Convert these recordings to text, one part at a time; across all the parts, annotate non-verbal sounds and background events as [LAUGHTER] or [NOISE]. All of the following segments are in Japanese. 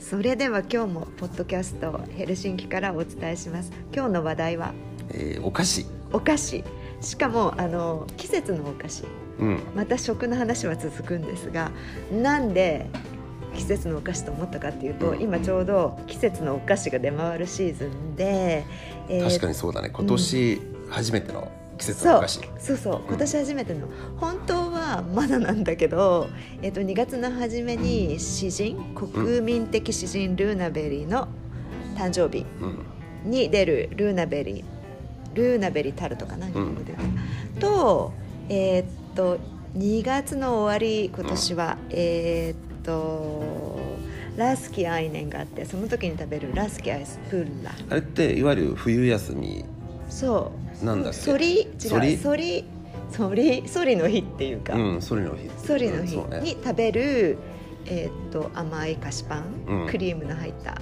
それでは今日もポッドキャストヘルシンキからお伝えします今日の話題はえーお菓子お菓子しかもあの季節のお菓子うんまた食の話は続くんですがなんで季節のお菓子と思ったかっていうと、うん今ちょうど季節のお菓子が出回るシーズンで、えー確かにそうだね今年初めての季節のお菓子そうそう今年初めての、本当はまだなんだけど、えっと2月の初めに詩人国民的詩人ルーナベリーの誕生日うんに出るルーナベリールーナベリータルトかな日本語で言うと、とえーっと2月の終わり今年は、えーっとラスキアイネンがあってその時に食べるラスキアイスプッラあれっていわゆる冬休みそうなんだっけソリ違ソリうソリソリソリの日っていうか、うんソリの日ソリの日うんそうねに食べる、えーっと甘い菓子パン、うんクリームの入った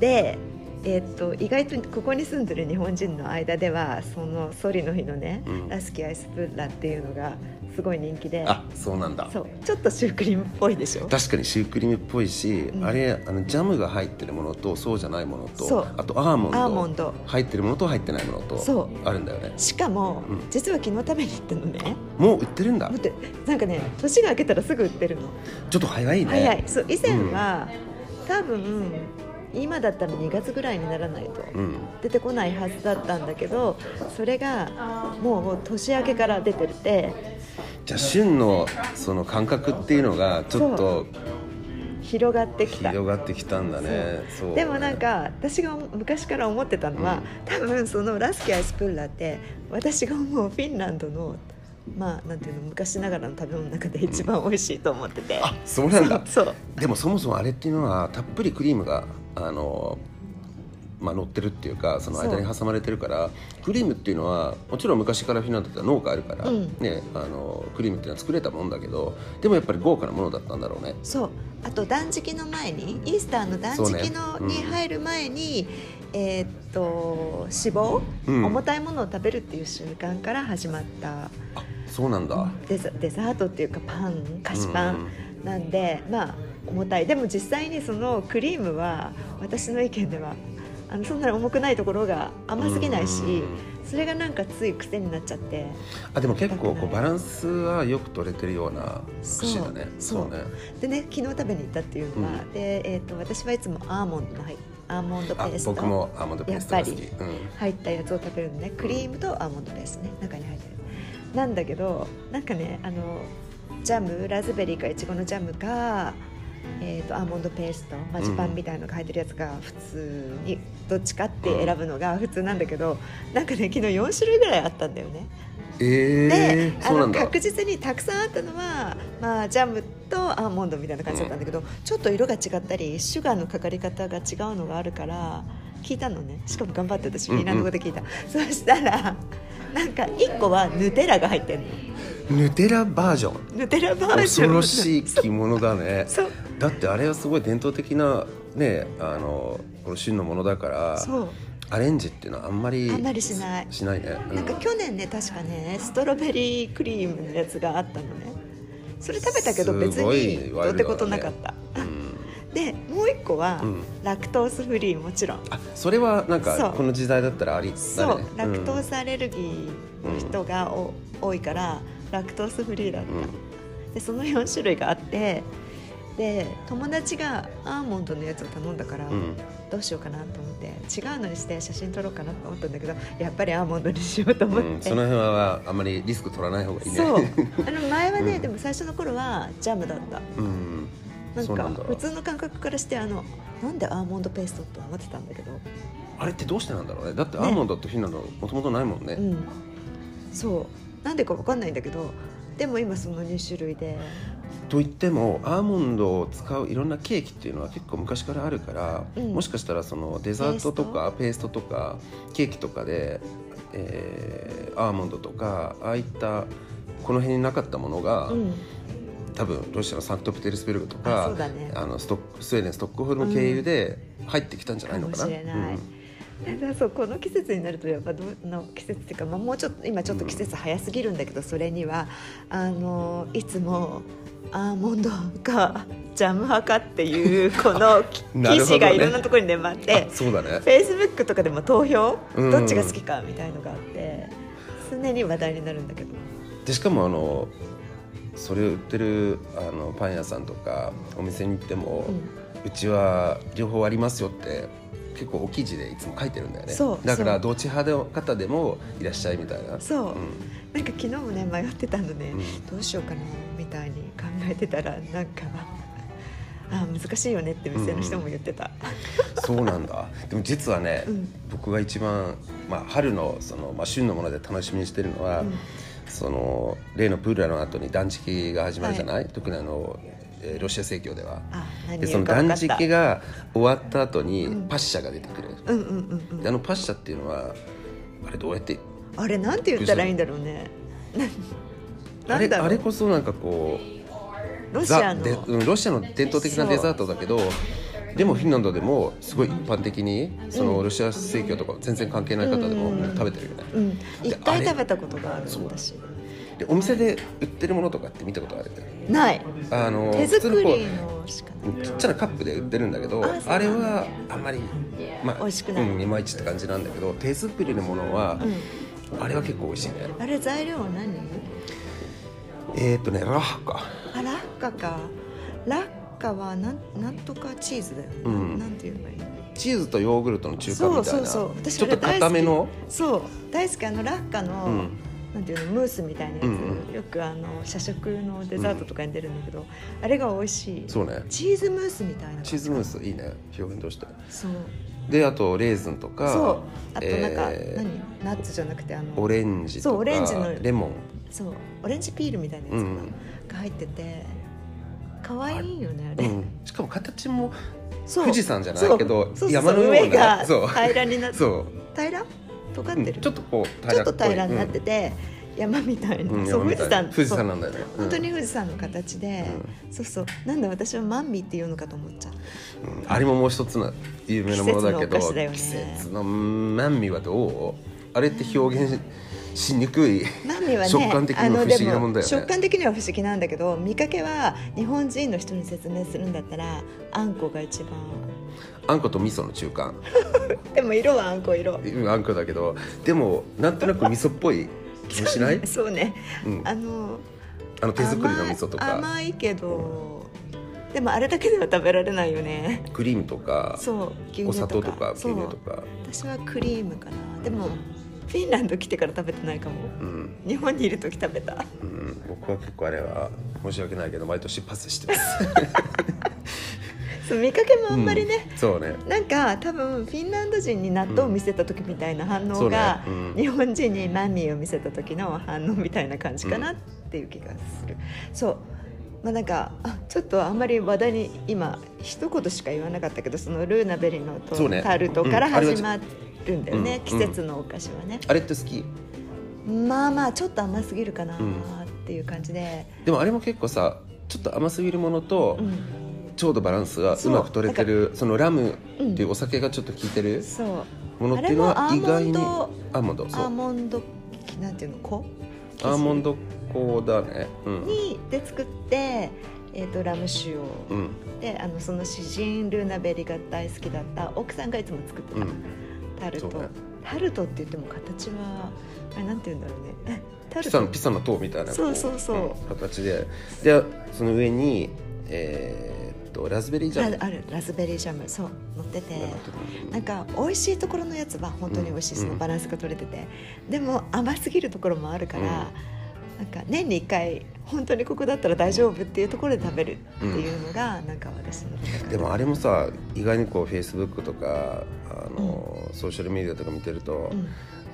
で、えーっと意外とここに住んでる日本人の間ではそのソリの日のね、うんラスキーアイスプッラっていうのがすごい人気であそうなんだそうちょっとシュークリームっぽいでしょ確かにシュークリームっぽいし、んあれあのジャムが入ってるものとそうじゃないものそとうあとアーモンドアーモンド入ってるものと入ってないものとそうあるんだよねしかも、うん実は昨日食べに行ったのねもう売ってるんだ待ってなんかね年が明けたらすぐ売ってるのちょっと早いね早いそう以前は、多分今だったら2月ぐらいにならないとうん出てこないはずだったんだけどそれがもう年明けから出てるってじゃあ旬のその感覚っていうのがちょっと広がってきた広がってきたんだねそうでもなんか私が昔から思ってたのは、うん多分そのラスキーアイスプッラって私が思うフィンランドのまあなんていうの昔ながらの食べ物の中で一番美味しいと思ってて、あそうなんだそうでもそもそもあれっていうのはたっぷりクリームがあのまあ乗ってるっていうかその間に挟まれてるからクリームっていうのはもちろん昔からフィンランドって農家あるから、うんねあのクリームっていうのは作れたもんだけどでもやっぱり豪華なものだったんだろうねそうあと断食の前にイースターの断そうね食の、うんに入る前に、えーっと脂肪、うん重たいものを食べるっていう習慣から始まったあそうなんだ、デザデザートっていうかパン菓子パうんンなんで、まあ重たいでも実際にそのクリームは私の意見ではあのそんなに重くないところが甘すぎないし、うそれがなんかつい癖になっちゃってあでも結構こうバランスはよく取れてるような串だねそうねでね昨日食べに行ったっていうのは、うでえーっと私はいつもアーモンドの入っアーモンドペあースト僕もアーモンドペーストが好き、やうん、入ったやつを食べるのねクリームとアーモンドベースね中に入ってるなんだけどなんかねあのジャムラズベリーかいちごのジャムか、えー、とアーモンドペーストマジパンみたいのが入ってるやつが普通にどっちかって選ぶのが普通なんだけどなんかね昨日4種類ぐらいあったんだよね。でえー、あそうなのんだ確実にたくさんあったのは、まあ、ジャムとアーモンドみたいな感じだったんだけど、ちょっと色が違ったりシュガーのかかり方が違うのがあるから聞いたのねしかも頑張って私うんうんみんなのこと聞いた、そしたらなんか1個はヌテラが入ってるのヌテラバージョンヌテラバージョ恐ンろしい [LAUGHS] 着物だねそうだってあれはすごい伝統的なねあのこの旬のものだからそうアレンジっていうのはあんまりあんまりしないしないね、うんなんか去年ね確かねストロベリークリームのやつがあったのねそれ食べたけど別すごいにワイルドだねどうってことなかった、うんでもう一個は、うんラクトースフリーもちろんあそれはなんそかうこの時代だったらありそだうね、ラクトーススアレルギーの人がお、多いからラクトースフリーだった、でその4種類があってで友達がアーモンドのやつを頼んだから、うん、どうしようかなと思って違うのにして写真撮ろうかなと思ったんだけどやっぱりアーモンドにしようと思うって、んうん、その辺はあんまりリスク取らない方がいいね [LAUGHS] そうあの前はね、うんでも最初の頃はジャムだったうん、なんそうかなんだ普通の感覚からしてあのなんでアーモンドペーストって思ってたんだけどあれってどうしてなんだろうねだってアーモンドとフィンランドもともとないもんねうん、そうなんでかわかんないんだけどでも今その2種類でといってもアーモンドを使ういろんなケーキっていうのは結構昔からあるから、うんもしかしたらそのデザートとかペーストとかケーキとかで、えーアーモンドとかああいったこの辺になかったものが、うん多分ロシアのサンクトペテルスブルクとあかそうだねあのストックスウェーデンストックホルム経由で入ってきたんじゃないのかな。かもしれないただそうこの季節になるとやっぱどの季節っていうか、まあ、もうちょっと今ちょっと季節早すぎるんだけど、それにはあのいつもアーモンドかジャム派かっていうこのなる記ほどね事がいろんなところに出回って、あそうだねフェイスブックとかでも投票、うんどっちが好きかみたいのがあって常に話題になるんだけどでしかもあのそれ売ってるあのパン屋さんとかお店に行っても、うちは両方ありますよって結構大きい字でいつも書いてるんだよねそうだかそらうどっち派の方でもいらっしゃいみたいなそう、なんんか昨日もね迷ってたのね、うんどうしようかなみたいに考えてたらなんかあー難しいよねって店の人も言ってた、そうなんだでも実はね、うん僕が一番、まあ、春のその、まあ、旬のもので楽しみにしてるのは、うんその例のプールの後に断食が始まるじゃなはい、特にあの、えーロシア正教では。あ何で言そうのか分かっ断た食が終わった後にうんパッシャが出てくる、うんうんうんでうあんのパッシャっていうのはあれどうやってあれなんて言ったらいいんだろうねあなれんだろうあれこそなんかこうロシザアでのうんロシアの伝統的なデザートだけどでもフィンランドでもすごい一般的にそのロシア正教とか全然関係ない方でもうん食べてるよね、うんで一あ回れ食べたことがあるそう私でお店で売ってるものとかって見たことあるないあの手作普り通ののしかこうちっちゃなカップで売ってるんだけどあそうなんだあれはあんまり、まあ、美味しくないうん、いまいちって感じなんだけど手作りのものは、ない、あれは結構美味しいねうん、あれ材料は何えー、っとねラハかあラッカかラッカはなんなんとかチーズだよ、ねうんなんて言えばいいのチーズとヨーグルトの中華みそうたいそうなそう私ちょっと固めあれ大の好きそう大好きあのラッカの、うんなんていうのムースみたいなやつ、うんうんよくあの社食のデザートとかに出るんだけど、あれが美味しいそうねチーズムースみたいな感じチーズムースいいね表現としてそうであとレーズンとかそうあとなんか、えー何ナッツじゃなくてあのオレンジとかそうオレンジのレモンそうオレンジピールみたいなやつかな、うんが入ってて可愛いよねあうれ、ん、しかも形もそう富士山じゃないけどそうそうそう山のような上がそう平らになってそう、平ら尖っうんてる、ちょっとこうちょっっぽとい平らになってて、山みたいな、うんそう山富みた士いな山富士そう山なんだよね、うん本当に富士山の形で、そうそうなんだ私はマンビっていうのかと思っちゃううんあれももう一つの有名なものだけど季節のお菓子だよね季節の万味はどうあれって表現ししにくいマンビはね食感的にもあの不思議なもんだよねでも食感的には不思議なんだけど見かけは日本人の人に説明するんだったらあんこが一番あんこと味噌の中間でも色はあんこ色うんあんこだけどでもなんとなく味噌っぽい気もしないそうね、うんあのあの手作りの味噌と甘いか甘いけど、でもあれだけでは食べられないよねクリームとかそう牛お乳砂とか糖とか牛そう乳とか私はクリームかなでもフィンランド来てから食べてないかもうん日本にいる時食べた [LAUGHS] うん、僕は結構あれは申し訳ないけど毎年パスしてますそう見かけ [LAUGHS] もあんまりね、うんそうねなんか多分フィンランド人に納豆を見せた時みたいな反応が、うんそうねうん日本人にマミーを見せた時の反応みたいな感じかなっていう気がする、そうまあなんかあちょっとあんまり話題に今一言しか言わなかったけどそのルーナベリのそと、うねタルトからうんあれは始まるんだよね、うん季節のお菓子はね、あれって好きまあまあちょっと甘すぎるかなうんっていう感じで、でもあれも結構さちょっと甘すぎるものとうん、ちょうどバランスがうまく取れてるそのラムっていうお酒がちょっと効いてるそうものっていうのはあれ意もアーモ外ンにドアーモンドそアーうモンドなんていうの粉アーモンド粉だねうんにで作って、えー、とラム酒を、うんであのその詩人ルーナベリが大好きだった奥さんがいつも作ってた、うんタルト、そうねタルトって言っても形はあれなんていうんだろうねタピルザトのピザの塔みたいなそうそうそうん形ででその上にえーっとラズベリージャムラあるラズベリージャムそう乗ってて。なんかなんか美味しいところのやつは本当に美味しい、うんそのバランスが取れててでも甘すぎるところもあるから、なんか年に1回本当にここだったら大丈夫っていうところで食べるっていうのが、なんか私の中ででもあれもさ意外にこうフェイスブックとかあの、ソーシャルメディアとか見てると、うん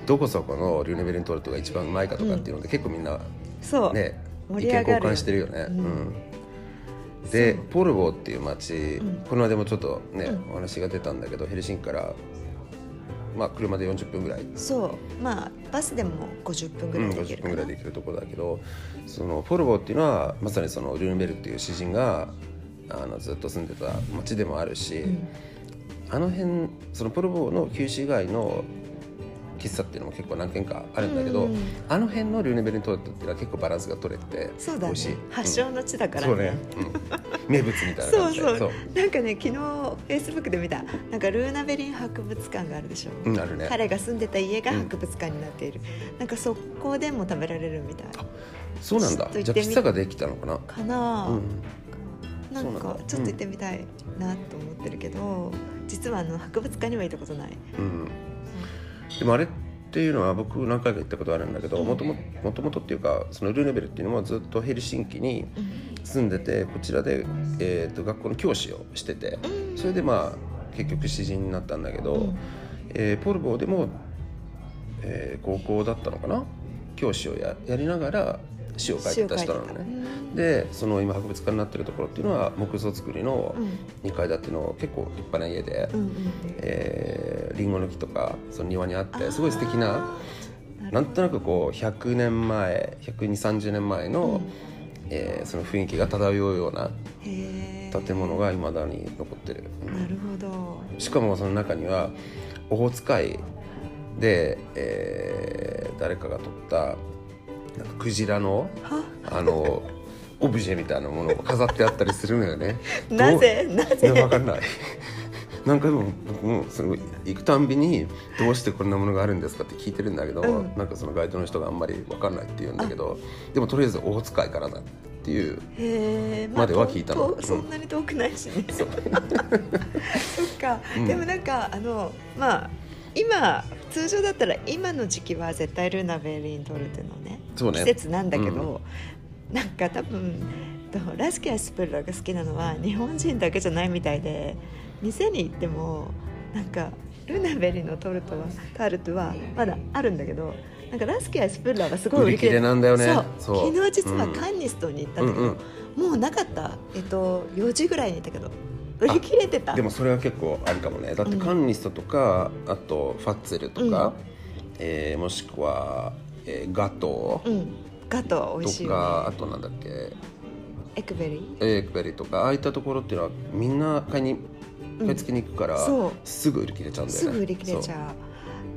どこそこのリューネベルントルトが一番うまいかとかっていうので、結構みんなそう、ね盛意り上見がる交換してるよね。うんうんでポルボっていう町、んこの間もちょっとね、うお話が出たんだけどヘルシンキから、まあ、車で40分ぐらい、うん、そうまあバスでも50分ぐらいで行け50るか分ぐな、らいで行けるところだけどそのポルボっていうのはまさにそのリューネベルっていう詩人があのずっと住んでた町でもあるし。うんあの辺そのポルボの九州以外の喫茶っていうのも結構何軒かあるんだけうど、んあの辺のルーネベルトルトっていうのは結構バランスが取れてそう美だね味しい、うん発祥の地だからそうね、うん、名物みたいなそ感うじ [LAUGHS] でそうなんかね昨日フェイスブックで見たなんかルーナベリン博物館があるでしょ、うんあるね彼が住んでた家が博物館になっている、なんかそこでも食べられるみたいそうなんちだょっとじゃ行っあてみ喫茶ができたのかなかな、うんなんそうなんかだちょっと行ってみたいなと思ってるけど、実はあの博物館には行ったことないうんでもあれっていうのは僕何回か行ったことあるんだけどもとももともとっていうかそのルーネベルっていうのもずっとヘルシンキに住んでてこちらで、えー、と学校の教師をしててそれでまあ結局詩人になったんだけど、うんえーポルボでも、えー高校だったのかな教師をややりながら詩を書いてた人なの詩を書いてたうね。んでその今博物館になってるところっていうのは木造造りのうん2階建ての結構立派な家で。うんうんえー、リンゴの木とかその庭にあっあてーすごい素敵なななるんとなくこう100年前1 2 3 0年前の、うんえーその雰囲気が漂うようなへー建物がいまだに残ってる、うんなるほどしかもその中にはオホーツク海で、えー誰かが撮ったなんかクジラのはあのオブジェみたいなものを飾ってあったりするのよね。 [LAUGHS] なぜなぜいやわかんない何回も僕もその行くたんびにどうしてこんなものがあるんですかって聞いてるんだけど、うんなんかそのガイドの人があんまりわかんないって言うんだけどでもとりあえずオホーツク海からだっていうへえ、までは聞いたのとそんなに遠くないしね。そっか、うんでもなんかあのまあ今通常だったら今の時期は絶対ルーナベリントルテのねそうね季節なんだけど、なんか多分とラスキア・スプルラが好きなのは日本人だけじゃないみたいで店に行ってもなんかルナベリのトルトはタルトはまだあるんだけどなんかラスキア・スプルラはすごい売り切れ売り切れなんだよねそうそう昨日実はうんカンニストに行ったんだけど、うんもうなかったえっと4時ぐらいにいたけど売り切れてたでもそれは結構あるかもねだってうんカンニストとかあとファッツェルとか、えーもしくは、えーガトーうんガトー美味しいとよ、か、あとなんだっけね、エクベリーエークベリーとかああいったところっていうのはみんな買いに買い付けに行くから、そうすぐ売り切れちゃうんだよすねぐ売り切れちそうゃう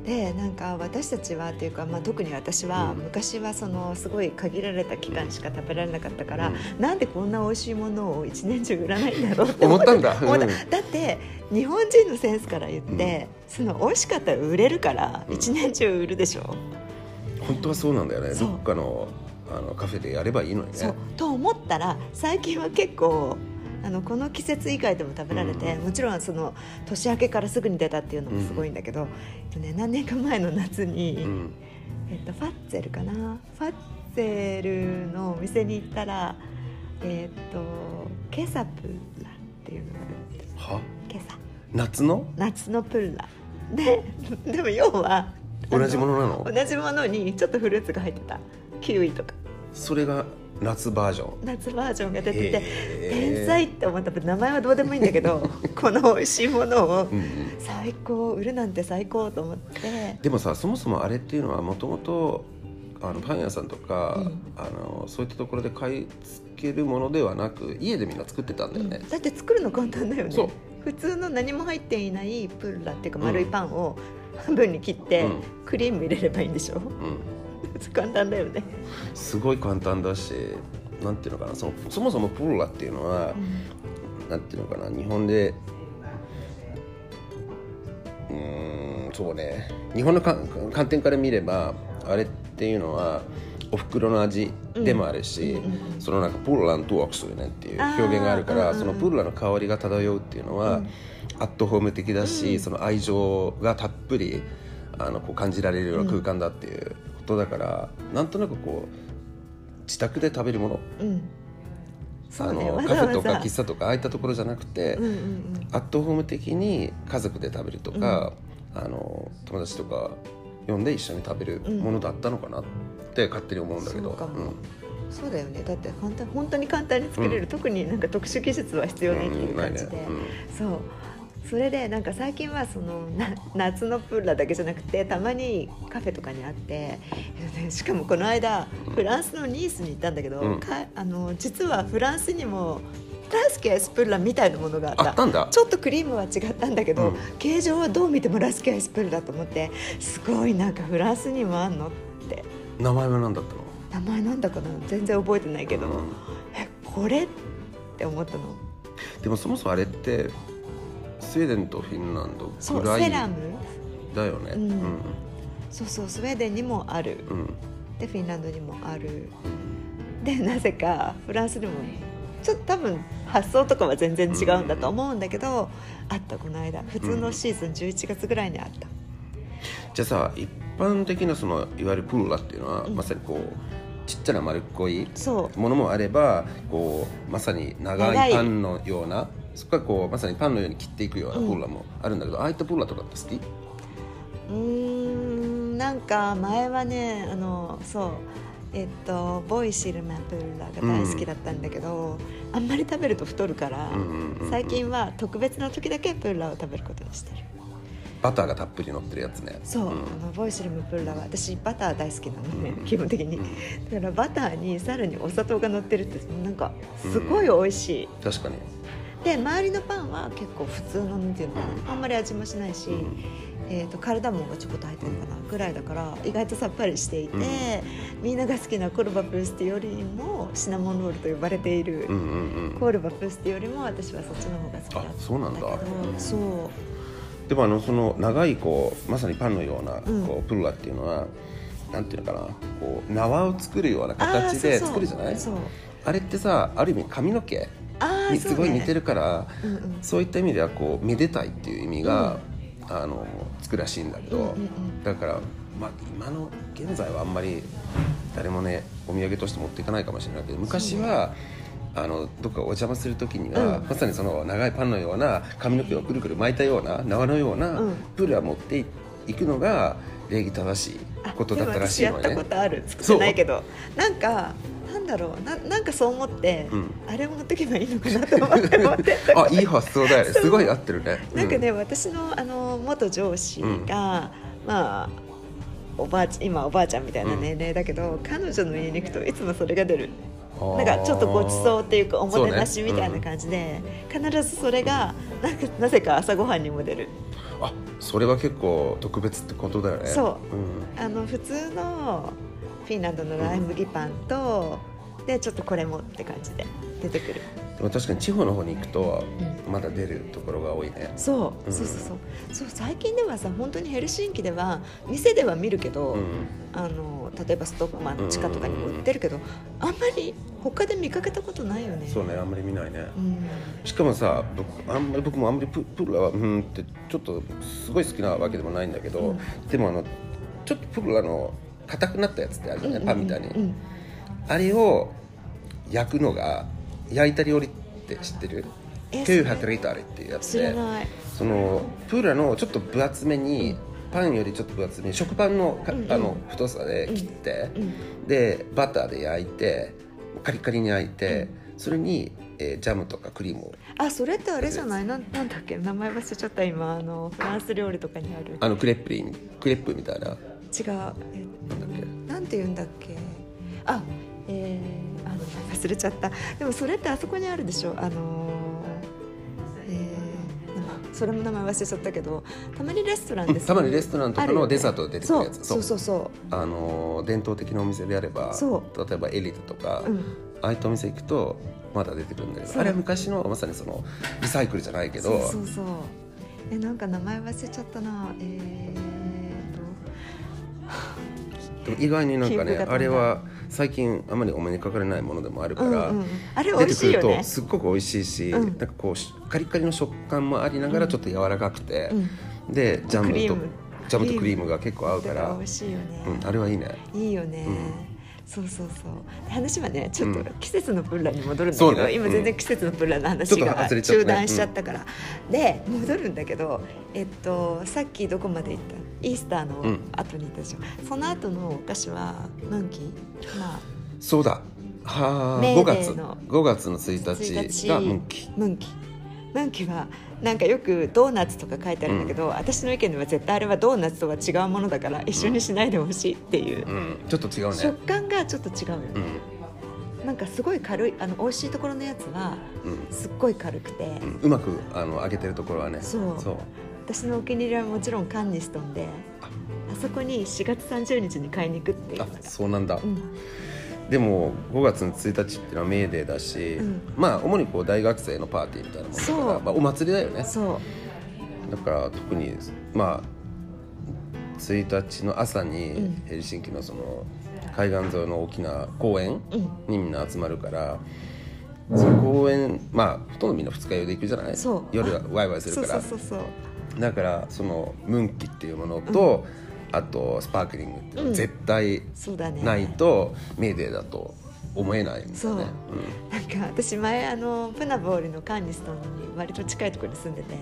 でなんか私たちはっていうか、まあ、特に私は、うん昔はそのすごい限られた期間しか食べられなかったから、うなんでこんな美味しいものを一年中売らないんだろうって [LAUGHS] 思ったんだ思ったうんだって日本人のセンスから言って、その美味しかったら売れるからうん一年中売るでしょ、本当はそうなんだよねそどうっかのあのカフェでやればいいのにねそうと思ったら最近は結構あのこの季節以外でも食べられて、もちろんその年明けからすぐに出たっていうのもすごいんだけど、えっとね、何年か前の夏に、うんえっと、ファッツェルかなファッツェルのお店に行ったら、えっとケサプッラっていうのがあるはケサ夏の夏のプッラででも要は同じものなの同じものにちょっとフルーツが入ってたキウイとかそれが夏バージョン夏バージョンが出ててへー天才って思った名前はどうでもいいんだけ [LAUGHS] どこの美味しいものをうんうん最高売るなんて最高と思ってでもさそもそもあれっていうのはもともとあのパン屋さんとか、うんあのそういったところで買い付けるものではなく家でみんな作ってたんだよね、だって作るの簡単だよねそう普通の何も入っていないプッラっていうか丸いパンを半分に切ってうんクリーム入れればいいんでしょうん簡単だよね、すごい簡単だしなんていうのかなそのそもそもプロラっていうのは、なんていうのかな日本でうーんそうね日本のか観点から見ればあれっていうのはお袋の味でもあるし、うんうんうんそのなんかプーラントワークスねっていう表現があるかあーらうんうんそのプーラの香りが漂うっていうのは、うんアットホーム的だし、その愛情がたっぷりあのこう感じられるような空間だっていうことだから、なんとなくこう自宅で食べるものうんそうねあのわカざフェとわかざ喫茶とかああいったところじゃなくて、うんうんうんアットホーム的に家族で食べるとか、あの友達とか呼んで一緒に食べるものだったのかなって勝手に思うんだけそど、うかもんそうだよねだって簡単本当に簡単に作れる、うん特になんか特殊技術は必要ないっていう感じで、うんないねそうそれでなんか最近はそのな夏のプーラだけじゃなくてたまにカフェとかにあってえっとねしかもこの間フランスのニースに行ったんだけど、うんかあの実はフランスにもラスケアイスプッランみたいなものがあったあったんだちょっとクリームは違ったんだけど、うん形状はどう見てもラスケアイスプッランと思ってすごいなんかフランスにもあんのって名前は何だったの名前なんだかな全然覚えてないけど、うんえこれって思ったのでもそもそもあれってスウェーデンとフィンランドそうぐらセいラムだよねううんんそうそうスウェーデンにもあるうんでフィンランドにもあるでなぜかフランスでもちょっと多分発想とかは全然違うんだと思うんだけど、あったこの間普通のシーズン11月ぐらいにあった、じゃあさ一般的なそのいわゆるプルラっていうのは、うんまさにこうちっちゃな丸っこいそうものもあればこうまさに長長いいパンのようなそこからこうまさにパンのように切っていくようなうんプルラもあるんだけど、ああいったプルラとかって好きうーんなんか前はねあのそうえっとボイシルマプーラが大好きだったんだけど、あんまり食べると太るから、うんうんうんうん最近は特別な時だけプーラを食べることにしてるバターがたっぷり乗ってるやつねそう、んあのボイシルムプーラは私バター大好きなのね、う [LAUGHS] ん基本的にうんだからバターにさらにお砂糖が乗ってるってなんかすごい美味しい、確かに、で周りのパンは結構普通のなんていうのかな、うんあんまり味もしないし、うんえー、とカルダモンがちょこっと入ってるのかなぐらいだから意外とさっぱりしていて、みんなが好きなコルバプルスティよりもシナモンロールと呼ばれている、うんうんうコんルバプルスティよりも私はそっちの方が好きだったあそうなんだだけど、うんそうでもあのその長いこうまさにパンのようなうんこうプルラっていうのは、なんていうのかなこう縄を作るような形で作るじゃないあそうそうれってさある意味髪の毛あーにすごい似てる、るからうんうん、そういった意味ではこうめでたいっていう意味が、あのつくらしいんだけど、うんうんうんだから、まあ、今の現在はあんまり誰もねお土産として持っていかないかもしれないけど昔は。あのどっかお邪魔する時には、うんまさにその長いパンのような髪の毛をくるくる巻いたような縄のようなうんプールは持っていくのが礼儀正しいあことだったらしいでもの私やねったことある作ってないけどなんかなんだろうななんかそう思って、うんあれを持ってけばいいのかなと思って持ってった [LAUGHS] あいい発想だよねそうすごい合ってるね [LAUGHS] なんかね、私のあの元上司が、まあおばあち今おばあちゃんみたいな年齢だけど、彼女の家に行くといつもそれが出るうんなんかちょっとごちそうっていうかあーおもてなしそうねみたいな感じで、必ずそれがなんかなぜか朝ごはんにも出るあそれは結構特別ってことだよね、そうん、あの普通のフィンランドのライ麦パンと、でちょっとこれもって感じで出てくるでも確かに地方の方に行くとうまだ出るところが多いねそう,、うんそうそうそうそう最近ではさ本当にヘルシンキでは店では見るけど、うんあの例えばストックマンの地下とかにも売ってるけど、あんまり他で見かけたことないよねそうねあんまり見ないねうんしかもさ僕あんまり僕もあんまりププールはうんってちょっとすごい好きなわけでもないんだけど、うんでもあのちょっとプールはあの硬くなったやつってあるじゃない、パンみたいに、うんあれを焼くのが焼いた料理って知ってるえトゥーハトリーターレっていうやつ知でらないそのプーラのちょっと分厚めにパンよりちょっと分厚めに食パンのかうんうんあの太さで切って、うんでバターで焼いてカリカリに焼いて、それに、えージャムとかクリームをあそれってあれじゃないなんなんだっけ名前忘れちゃった今あのフランス料理とかにあるあのクレップリンクレップみたいな違うえなんだっけなんて言うんだっけあえー、あの忘れちゃったでもそれってあそこにあるでしょあのーえーでもそれも名前忘れちゃったけどたまにレストランです、たまにレストランとかのデザートで出てくるやつそうそうそうあのー伝統的なお店であればそ例えばエリートとか、そう、うん、ああいったお店行くとまだ出てくるんだけそうどあれは昔のまさにそのリサイクルじゃないけどそうそうそうえなんか名前忘れちゃったなえーとでも意外にな記んか憶ねが飛んだあれは最近あまりお目にかかれないものでもあるかうんら、うん、あれ美味出てくしいるよねとすっごく美味しいし、うんなんかこうしカリカリの食感もありながらちょっと柔らかくて、うんでジャムクリーとムジャムとクリームが結構合うだかからら美味しいよね、うん、あれはいいねいいよね、うんそうそうそう話はねちょっとうん季節のプーランに戻るんだけど、そうね今全然季節のプーランのちょ話っとが外れちゃっ中たね断しちゃったから、で戻るんだけど、えっと、さっきどこまで行ったイースターのうん後に行ったでしょ、その後のお菓子は何期まあそうだはあメー5デ月ーの5月の1 1日日がムンキムンキムンキはなんかよくドーナツとか書いてあるんだけど、私の意見では絶対あれはドーナツとは違うものだから一緒にしないでほしいっていう、うん、ちょっと違うね食感がちょっと違うよね、うんなんかすごい軽いあの美味しいところのやつはうんすっごい軽くて、うんうまくあの揚げてるところはねそう私のお気に入りはもちろんカンニストンでああそこに4月30日に買いに行くっていうのあがそうなんだ、うんでも5月の1日っていうのはメーデーだし、うんまあ主にこう大学生のパーティーみたいなものだかそら、うまあ、お祭りだよねそだから特にまあ1日の朝にうんヘルシンキのその海岸沿いの大きな公園う、うん、にみんな集まるから、その公園まあほとんどみんな二日酔いで行くじゃないそう夜はワイワイするそかうらそうそうそうだからそのムンキっていうものと、あとスパークリングっていうのうんは絶対そうだねないと、メーデーだと思えないんだそうよね。なんか私前あのプナボールのカンニストンに割と近いところに住んでて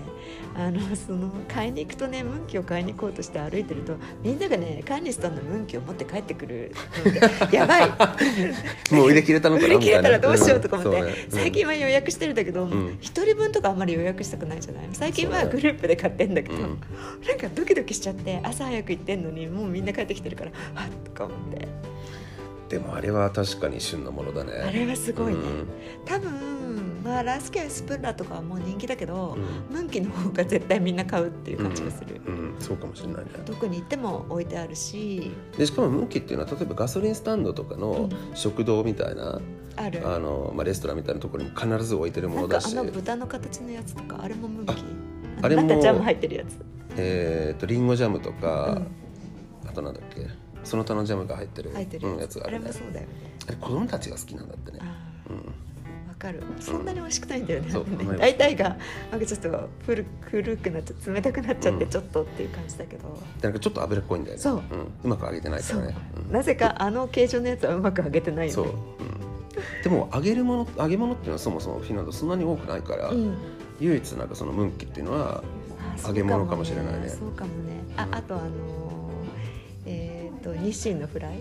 あのその買いに行くとねムンキを買いに行こうとして歩いてるとみんながねカンニストンのムンキを持って帰ってくるのでやばいうんもう売り切れたのかな売り切れたらみいどなうしようとか思って、うんそうねうん最近は予約してるんだけどん一、人分とかあんまり予約したくないじゃない最近はそうねグループで買ってんだけど、うんなんかドキドキしちゃって朝早く行ってんのにもうみんな帰ってきてるからあっとか思ってでもあれは確かに旬のものだねあれはすごいね、うん多分、まあ、ラスケスプラとかはもう人気だけど、うムンキの方が絶対みんな買うっていう感じがする、うんうんそうかもしれないねどこに行っても置いてあるしでしかもムンキっていうのは例えばガソリンスタンドとかの食堂みたいな、あるあのまあ、レストランみたいなところにも必ず置いてるもなのんかだあしの豚の形のやつとかあれもムンキああれもなんかジャム入ってるやつえー、とリンゴジャムとか、うんあとなんだっけその他のジャムが入ってる入ってるうん、ややつ,、つがああれるねもそうだよねあれ子供たちが好きなんだってねあ、うん、ーわかるそんなに美味しくないんだよね,、そうね大体がなんかちょっと古古くなっちゃって冷たくなっちゃってうんちょっとっていう感じだけど、でなんかちょっと脂っこいんだよね、そうんうまく揚げてないかそらうね、うんなぜかあの形状のやつはうまく揚げてないよねそう、うん、でも揚げるもの揚げ物っていうのはそもそもフィンランドそんなに多くないから、うん唯一なんかそのムンキっていうのはあ揚げ物かもしれないねそうかもね。あ、あとあのーえっ、と日清のフライ。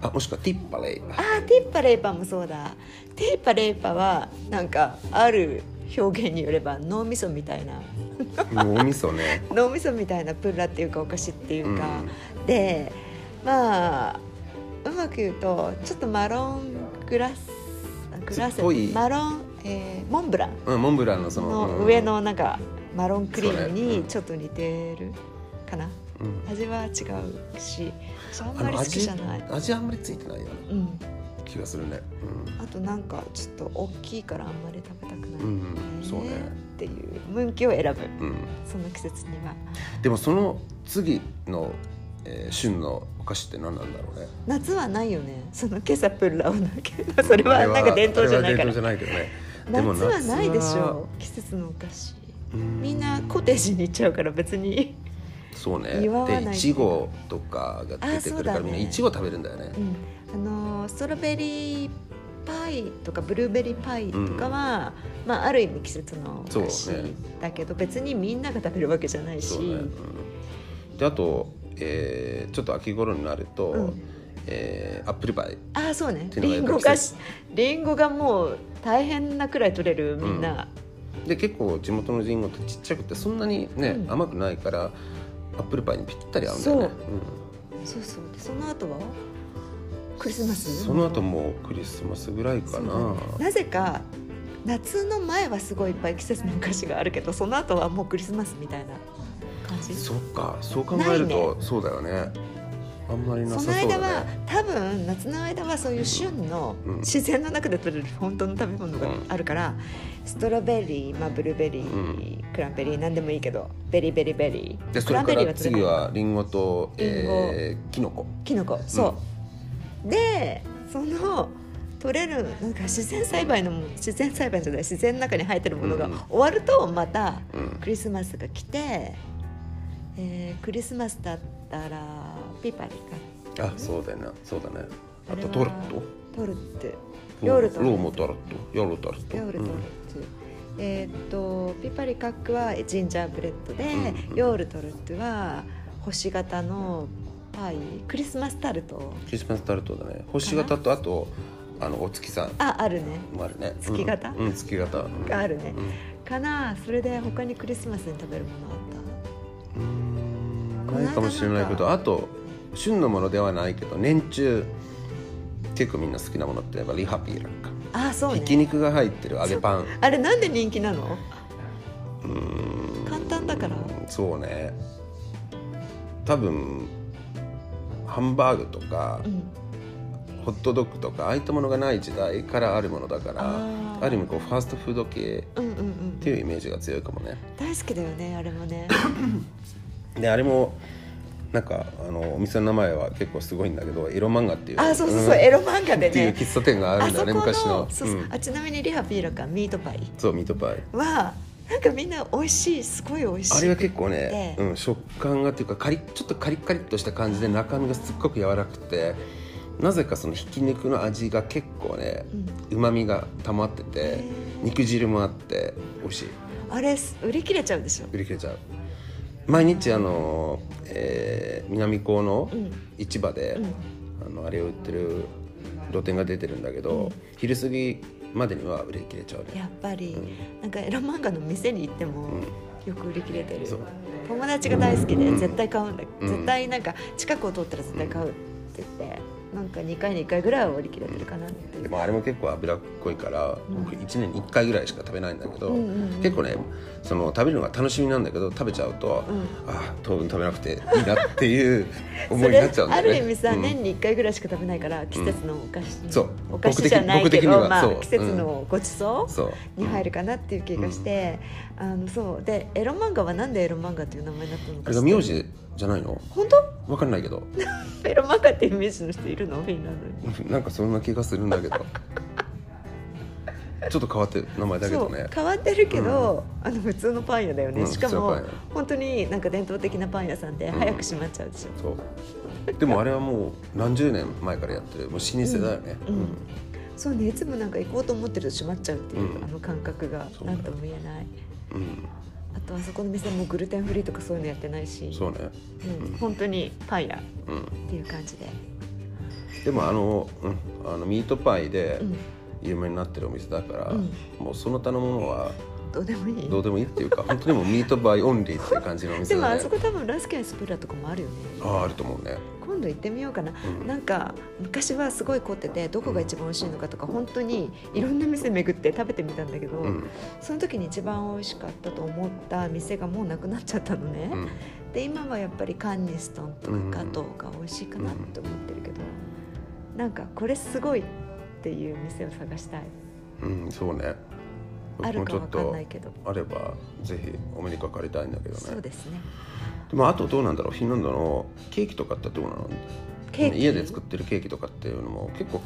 あもしくはティッパレイあー、ティッパレイパもそうだ。ティッパレイパはなんかある表現によれば脳みそみたいな脳みそね脳みそみたいなプッラっていうかお菓子っていうか、で、まあうまく言うとちょっとマロングラスグラスっぽいマロン、えーモンブランうん、モンブランのそののうん上のなんかマロンクリームそうにねちょっと似てるかな。うん味は違うし私あんあまりの好き味じゃない味あんまりついてないよううんな気がするねあとなんかちょっと大きいからあんまり食べたくない、うん、うんうん、そうねっていうムンキを選ぶうんその季節にはでもその次の、えー旬のお菓子って何なんだろうね [LAUGHS] 夏はないよねその今朝プッラを投げた [LAUGHS] それはなんか伝統じゃないからあれは伝統じゃないけどねでも夏はないでし夏ょはう季節のお菓子うみんなコテージに行っちゃうから別にそうね祝わないでいちごとかが出てくるかあそうだら、ねみんないちご食べるんだよねうんあのーストロベリーパイとかブルーベリーパイとかは、まあ、ある意味季節のお菓子そうねだけど、別にみんなが食べるわけじゃないしそうね、うんであと、えーちょっと秋頃になると、うんえーアップルパイああそうね手のリ上ンのゴ学が生しリンゴがもう大変なくらい取れるみんな、で結構地元のりんごってちっちゃくてそんなにね、うん甘くないからアップルパイにぴったり合うんだよねそうんそうそうでその後はクリスマスその後もうクリスマスぐらいかそうなだねなぜか夏の前はすごいいっぱい季節のお菓子があるけどその後はもうクリスマスみたいな感じそっかそう考えると、そうだよねあんまりなさそそうのだね間は多分夏の間はそういう旬のうん自然の中で採れる本当の食べ物があるから、ストロベリー、まあ、ブルーベリー、クランベリー何でもいいけどベリーベリーベリーでそクラれンベリーかはら取次れないはリンゴとえーキノコキノコそう、でその取れるなんか自然栽培のも自然栽培じゃない自然の中に生えてるものがうん終わるとまたうんクリスマスが来て、えークリスマスだったらピパリかあそうだよねそうだねあれとはトルトトルテヨルトローモトルトヨルトルトヨールトルうんトゥ、えーっとピパリカックはジンジャーブレッドで、うんうんヨールトルトゥは星型のパイクリスマスタルトクリスマスタルトだね星型とあとあのお月さんああるねもあるね月形うんうん月型うんがあるねうんかなそれで他にクリスマスに食べるものあうーんこの間ないかもしれないけどあと旬のものではないけど年中っ結構みんな好きなものってやっぱリハビーなんか、あそうひきね肉が入ってる揚げパンあれなんで人気なのうーん簡単だからそうね多分ハンバーグとか、うんホットドッグとかああいったものがない時代からあるものだからああーる意味こうファーストフード系うんうんっうてんいうイメージが強いかもね大好きだよねあれもねであれもなんかあのお店の名前は結構すごいんだけどエロ漫画っていうあそうそうそう、んエロ漫画でっていうね喫茶店があるあんだそこよねの昔のそうそううんあちなみにリハビーラかミートパイそうミートパイはなんかみんな美味しいすごい美味しいあれは結構ね、ええうん、食感がっていうかカリちょっとカリカリっとした感じで中身がすっごく柔らかくてなぜかそのひき肉の味が結構ねうまみが溜まっててへえ肉汁もあって美味しいあれ売り切れちゃうでしょ売り切れちゃう毎日あの、えー南高のうん市場で、あのあれを売ってる露店が出てるんだけど、昼過ぎまでには売り切れちゃうねやっぱり、うんなんかエロ漫画の店に行っても、うんよく売り切れてるそう友達が大好きでうん絶対買うんだ、うん絶対なんか近くを通ったら絶対買うって言って、なんか2回に1回ぐらいは売り切れてるかなっていう、でもあれも結構脂っこいから、僕1年に1回ぐらいしか食べないんだけど、うんうんうん結構ねその食べるのが楽しみなんだけど食べちゃうと、うんああ当分食べなくていいなっ [LAUGHS] ていう思いそにれなっちゃうんだあよね。る意味さ、うん年に1回ぐらいしか食べないから季節のお菓子、そうお菓子じゃないけ僕的に僕的にはど、まあそう、季節のごちそうそうに入るかなっていう気がして、あのそうでエロ漫画はなんでエロ漫画っていう名前になったのあかれ知がってる名字じゃないの本当わかんないけど [LAUGHS] エロ漫画っていう名字の人いるのフィンランドになんかそんな気がするんだけど [LAUGHS] ちょっと変わってる名前だけどねそう変わってるけど、あの普通のパン屋だよね、うんしか普通のもパン屋本当になんか伝統的なパン屋さんでうん早く閉まっちゃうでしょ、そうでもあれはもう何十年前からやってるもう老舗だよね、うんそうねいつもなんか行こうと思ってると閉まっちゃうっていう、うんあの感覚がそうだよ何とも言えないうんあとあそこの店もグルテンフリーとかそういうのやってないしそうねうん、本当にパン屋っうんていう感じで、でもあの,、うん、あのミートパイでうん有名になってるお店だから、うんもうその他のものはどうでもいいどうでもいいっていうか本当にもうミートパイオンリーっていう感じのおで店もだあねそこ多分ラスケンスプラとかもあるよねあああると思うね今度行ってみようかな、うんなんか昔はすごい凝っててどこが一番美味しいのかとか本当にいろんな店巡って食べてみたんだけど、うんその時に一番美味しかったと思った店がもうなくなっちゃったのね、うんで今はやっぱりカンニストンとうんかガトーが美味しいかなって思ってるけど、なんかこれすごいっていう店を探したいうんそうねあるかわ僕もちかょっんとないけどあればぜひお目にかかりたいんだけどそうねですねでもあとどうなんだろうフィンランドのケーキとかってどうなのケーキ家で作ってるケーキとかっていうのも結構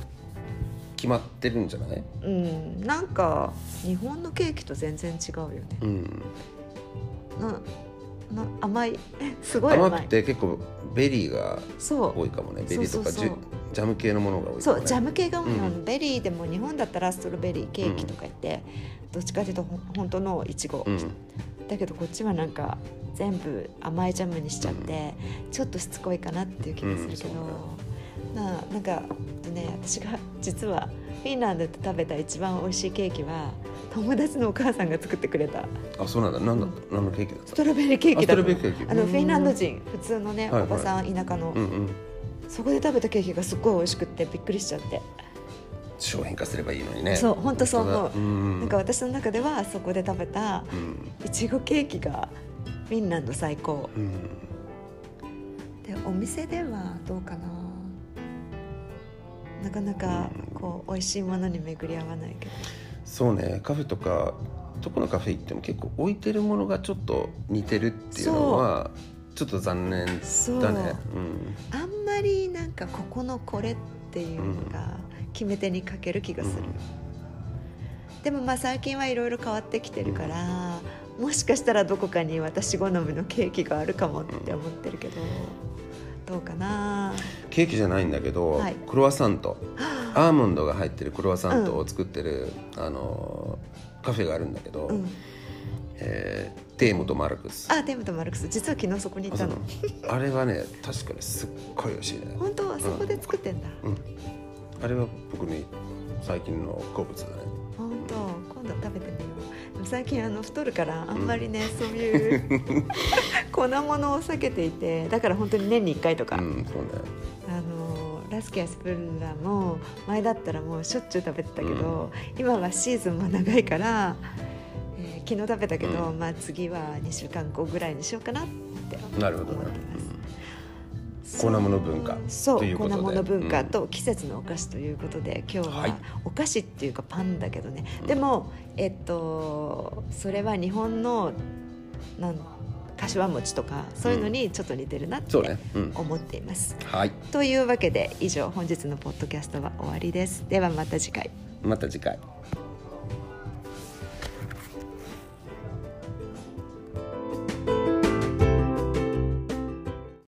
決まってるんじゃない、うんなんか日本のケーキと全然違うよねうん、なな甘いすごい甘い甘くて結構ベリーがそう多いかもねベリーとそかうジそうそうュジャム系のものが多いかも、ね、そうジャム系が多いの、うんベリーでも日本だったらストロベリーケーキとか言って、どっちかというとほん本当のいちご、うんだけどこっちはなんか全部甘いジャムにしちゃって、ちょっとしつこいかなっていう気がするけど、まあなんかあとね私が実はフィンランドで食べた一番美味しいケーキは友達のお母さんが作ってくれたあそうなんだ何だった何のケーキだっスたトロベリーケーキだったあストロベリーケーキあのうんフィンランド人普通のね、はいはいおばさん田舎の、うんうんそこで食べたケーキがすっごい美味しくってびっくりしちゃって。商品化すればいいのにねそう本当そう思う本当だうんなんか私の中ではそこで食べたうんいちごケーキがフィンランド最高うんでお店ではどうかななかなかこう美味しいものに巡り合わないけどそうねカフェとかどこのカフェ行っても結構置いてるものがちょっと似てるっていうのはちょっと残念そうだねうんあんまりなんかここのこれっていうのが決め手にかける気がする、でもまあ最近はいろいろ変わってきてるから、もしかしたらどこかに私好みのケーキがあるかもって思ってるけど、どうかなケーキじゃないんだけど、はいクロワッサン [GASPS] トアーモンドが入ってるクロワッサントを作ってる、あのーカフェがあるんだけど、うんえーテームとマルクスあデムとマルクス実は昨日そこに行あったそののあれはね確かにすっごい美味しいね本当はそこで作ってんだ、あれは僕に最近の好物だね本当今度食べてみようでも最近あの太るからあんまりね、そういう [LAUGHS] 粉物を避けていてだから本当に年に1回とか、うんそうねあのラスケやスプラも前だったらもうしょっちゅう食べてたけど、今はシーズンも長いから、えー昨日食べたけど、うまあ次は2週間後ぐらいにしようかなって思ってますなるほどね、うん、粉物文化そうというこ粉とで物文う化んと季節のお菓子ということで、今日ははいお菓子っていうかパンだけどね、でもえっとそれは日本のなん柏餅とかそういうのにちょっと似てるなってそうねうん思っています、はいというわけで以上本日のポッドキャストは終わりですではまた次回また次回